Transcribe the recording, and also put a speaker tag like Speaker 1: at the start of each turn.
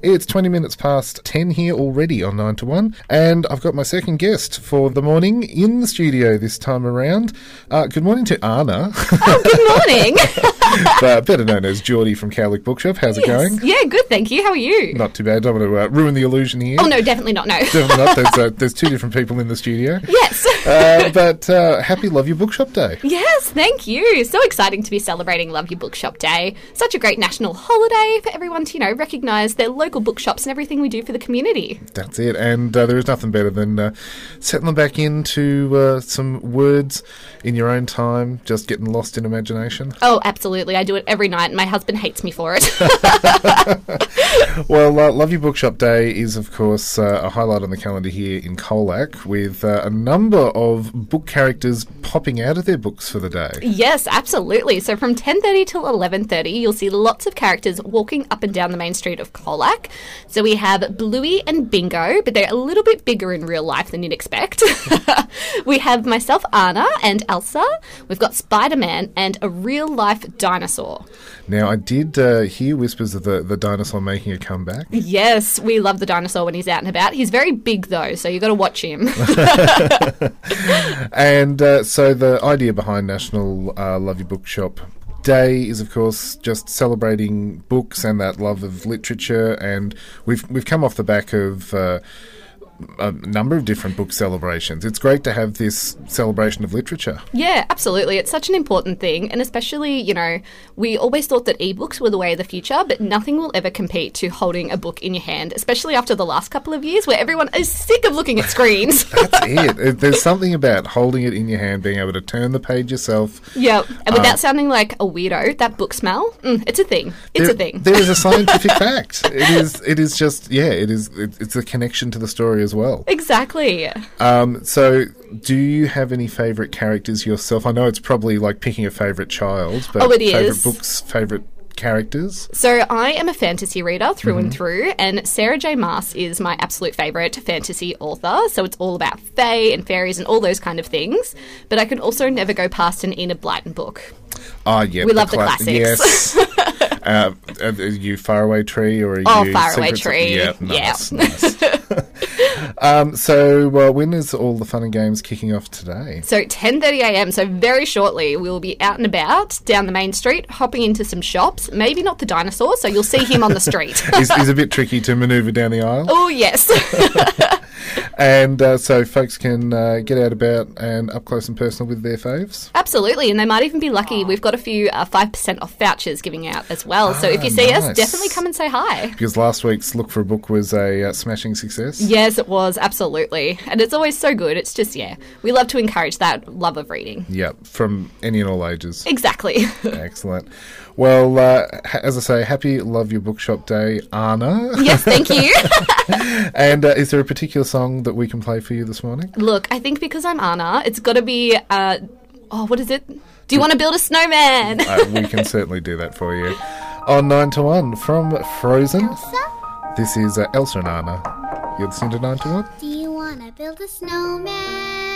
Speaker 1: It's 20 minutes past 10 here already on 9 to 1, and I've got my second guest for the morning in the studio this time around. Uh, good morning to Anna,
Speaker 2: Oh, good morning.
Speaker 1: uh, better known as Geordie from Cowlick Bookshop. How's it going?
Speaker 2: Yeah, good, thank you. How are you?
Speaker 1: Not too bad. Don't want to uh, ruin the illusion here.
Speaker 2: Oh, no, definitely not. No.
Speaker 1: Definitely not. There's, uh, there's two different people in the studio.
Speaker 2: yes.
Speaker 1: Uh, but uh, happy Love Your Bookshop Day.
Speaker 2: yes, thank you. So exciting to be celebrating Love Your Bookshop Day. Such a great national holiday for everyone to, you know, recognise their local bookshops and everything we do for the community.
Speaker 1: That's it. And uh, there is nothing better than uh, settling back into uh, some words in your own time, just getting lost in imagination.
Speaker 2: Oh, absolutely. I do it every night and my husband hates me for it.
Speaker 1: Well, uh, Love Your Bookshop Day is, of course, uh, a highlight on the calendar here in Colac with uh, a number of book characters popping out of their books for the day.
Speaker 2: Yes, absolutely. So from 10:30 till 11:30, you'll see lots of characters walking up and down the main street of Colac. So we have Bluey and Bingo, but they're a little bit bigger in real life than you'd expect. we have myself Anna and Elsa. We've got Spider-Man and a real-life dinosaur.
Speaker 1: Now, I did uh, hear whispers of the, the dinosaur making a comeback.
Speaker 2: Yes, we love the dinosaur when he's out and about. He's very big though, so you got to watch him.
Speaker 1: And uh, so the idea behind National uh, Love Your Bookshop Day is, of course, just celebrating books and that love of literature. And we've we've come off the back of. Uh, a number of different book celebrations. It's great to have this celebration of literature.
Speaker 2: Yeah, absolutely. It's such an important thing. And especially, you know, we always thought that ebooks were the way of the future, but nothing will ever compete to holding a book in your hand, especially after the last couple of years where everyone is sick of looking at screens.
Speaker 1: That's it. Uh, There's something about holding it in your hand, being able to turn the page yourself.
Speaker 2: yep. And
Speaker 1: Uh,
Speaker 2: without sounding like a weirdo, that book smell, mm, it's a thing. It's
Speaker 1: There-
Speaker 2: a thing.
Speaker 1: There is a scientific fact. It is. It is just. Yeah. It is. It, it's a connection to the story as well.
Speaker 2: exactly.
Speaker 1: Um, so, do you have any favourite characters yourself? I know it's probably like picking a favourite child, but
Speaker 2: Oh, it
Speaker 1: favourite
Speaker 2: is.
Speaker 1: books, favourite characters.
Speaker 2: So I am a fantasy reader through
Speaker 1: Mm-hmm.
Speaker 2: and through, and Sarah J. Maas is my absolute favourite fantasy author. So it's all about fae and fairies and all those kind of things. But I can also never go past an Enid Blyton book.
Speaker 1: Ah, yeah,
Speaker 2: We love the classics.
Speaker 1: Yes. Uh, are you faraway tree or are
Speaker 2: Oh,
Speaker 1: you
Speaker 2: Faraway
Speaker 1: Secrets of-
Speaker 2: Tree.
Speaker 1: Yeah,
Speaker 2: Yeah.
Speaker 1: nice, nice. um, so, uh, when is all the fun and games kicking off today?
Speaker 2: So 10:30 a.m. So very shortly we will be out and about down the main street, hopping into some shops. Maybe not the dinosaur, so you'll see him on the street.
Speaker 1: Is is a bit tricky to manoeuvre down the aisle,
Speaker 2: oh yes,
Speaker 1: and uh, so folks can uh, get out about and up close and personal with their faves.
Speaker 2: absolutely. And they might even be lucky. We've got a few uh, five percent off vouchers giving out as well. so if you see
Speaker 1: nice.
Speaker 2: us, definitely come and say hi.
Speaker 1: because last week's look for a book was a uh, smashing success.
Speaker 2: Yes, it was absolutely, and it's always so good. It's just yeah, we love to encourage that love of reading.
Speaker 1: Yeah, from any and all ages.
Speaker 2: Exactly.
Speaker 1: Excellent. Well, uh, ha- as I say, happy Love Your Bookshop Day, Anna.
Speaker 2: yes, thank you.
Speaker 1: and uh, is there a particular song that we can play for you this morning?
Speaker 2: Look, I think because I'm Anna, it's got to be. Uh, oh, what is it? Do you want to build a snowman?
Speaker 1: Uh, we can certainly do that for you. On 9 to 1 from Frozen. This is uh, Elsa and Anna. You're listening to 9 to 1?
Speaker 3: Do you want to build a snowman?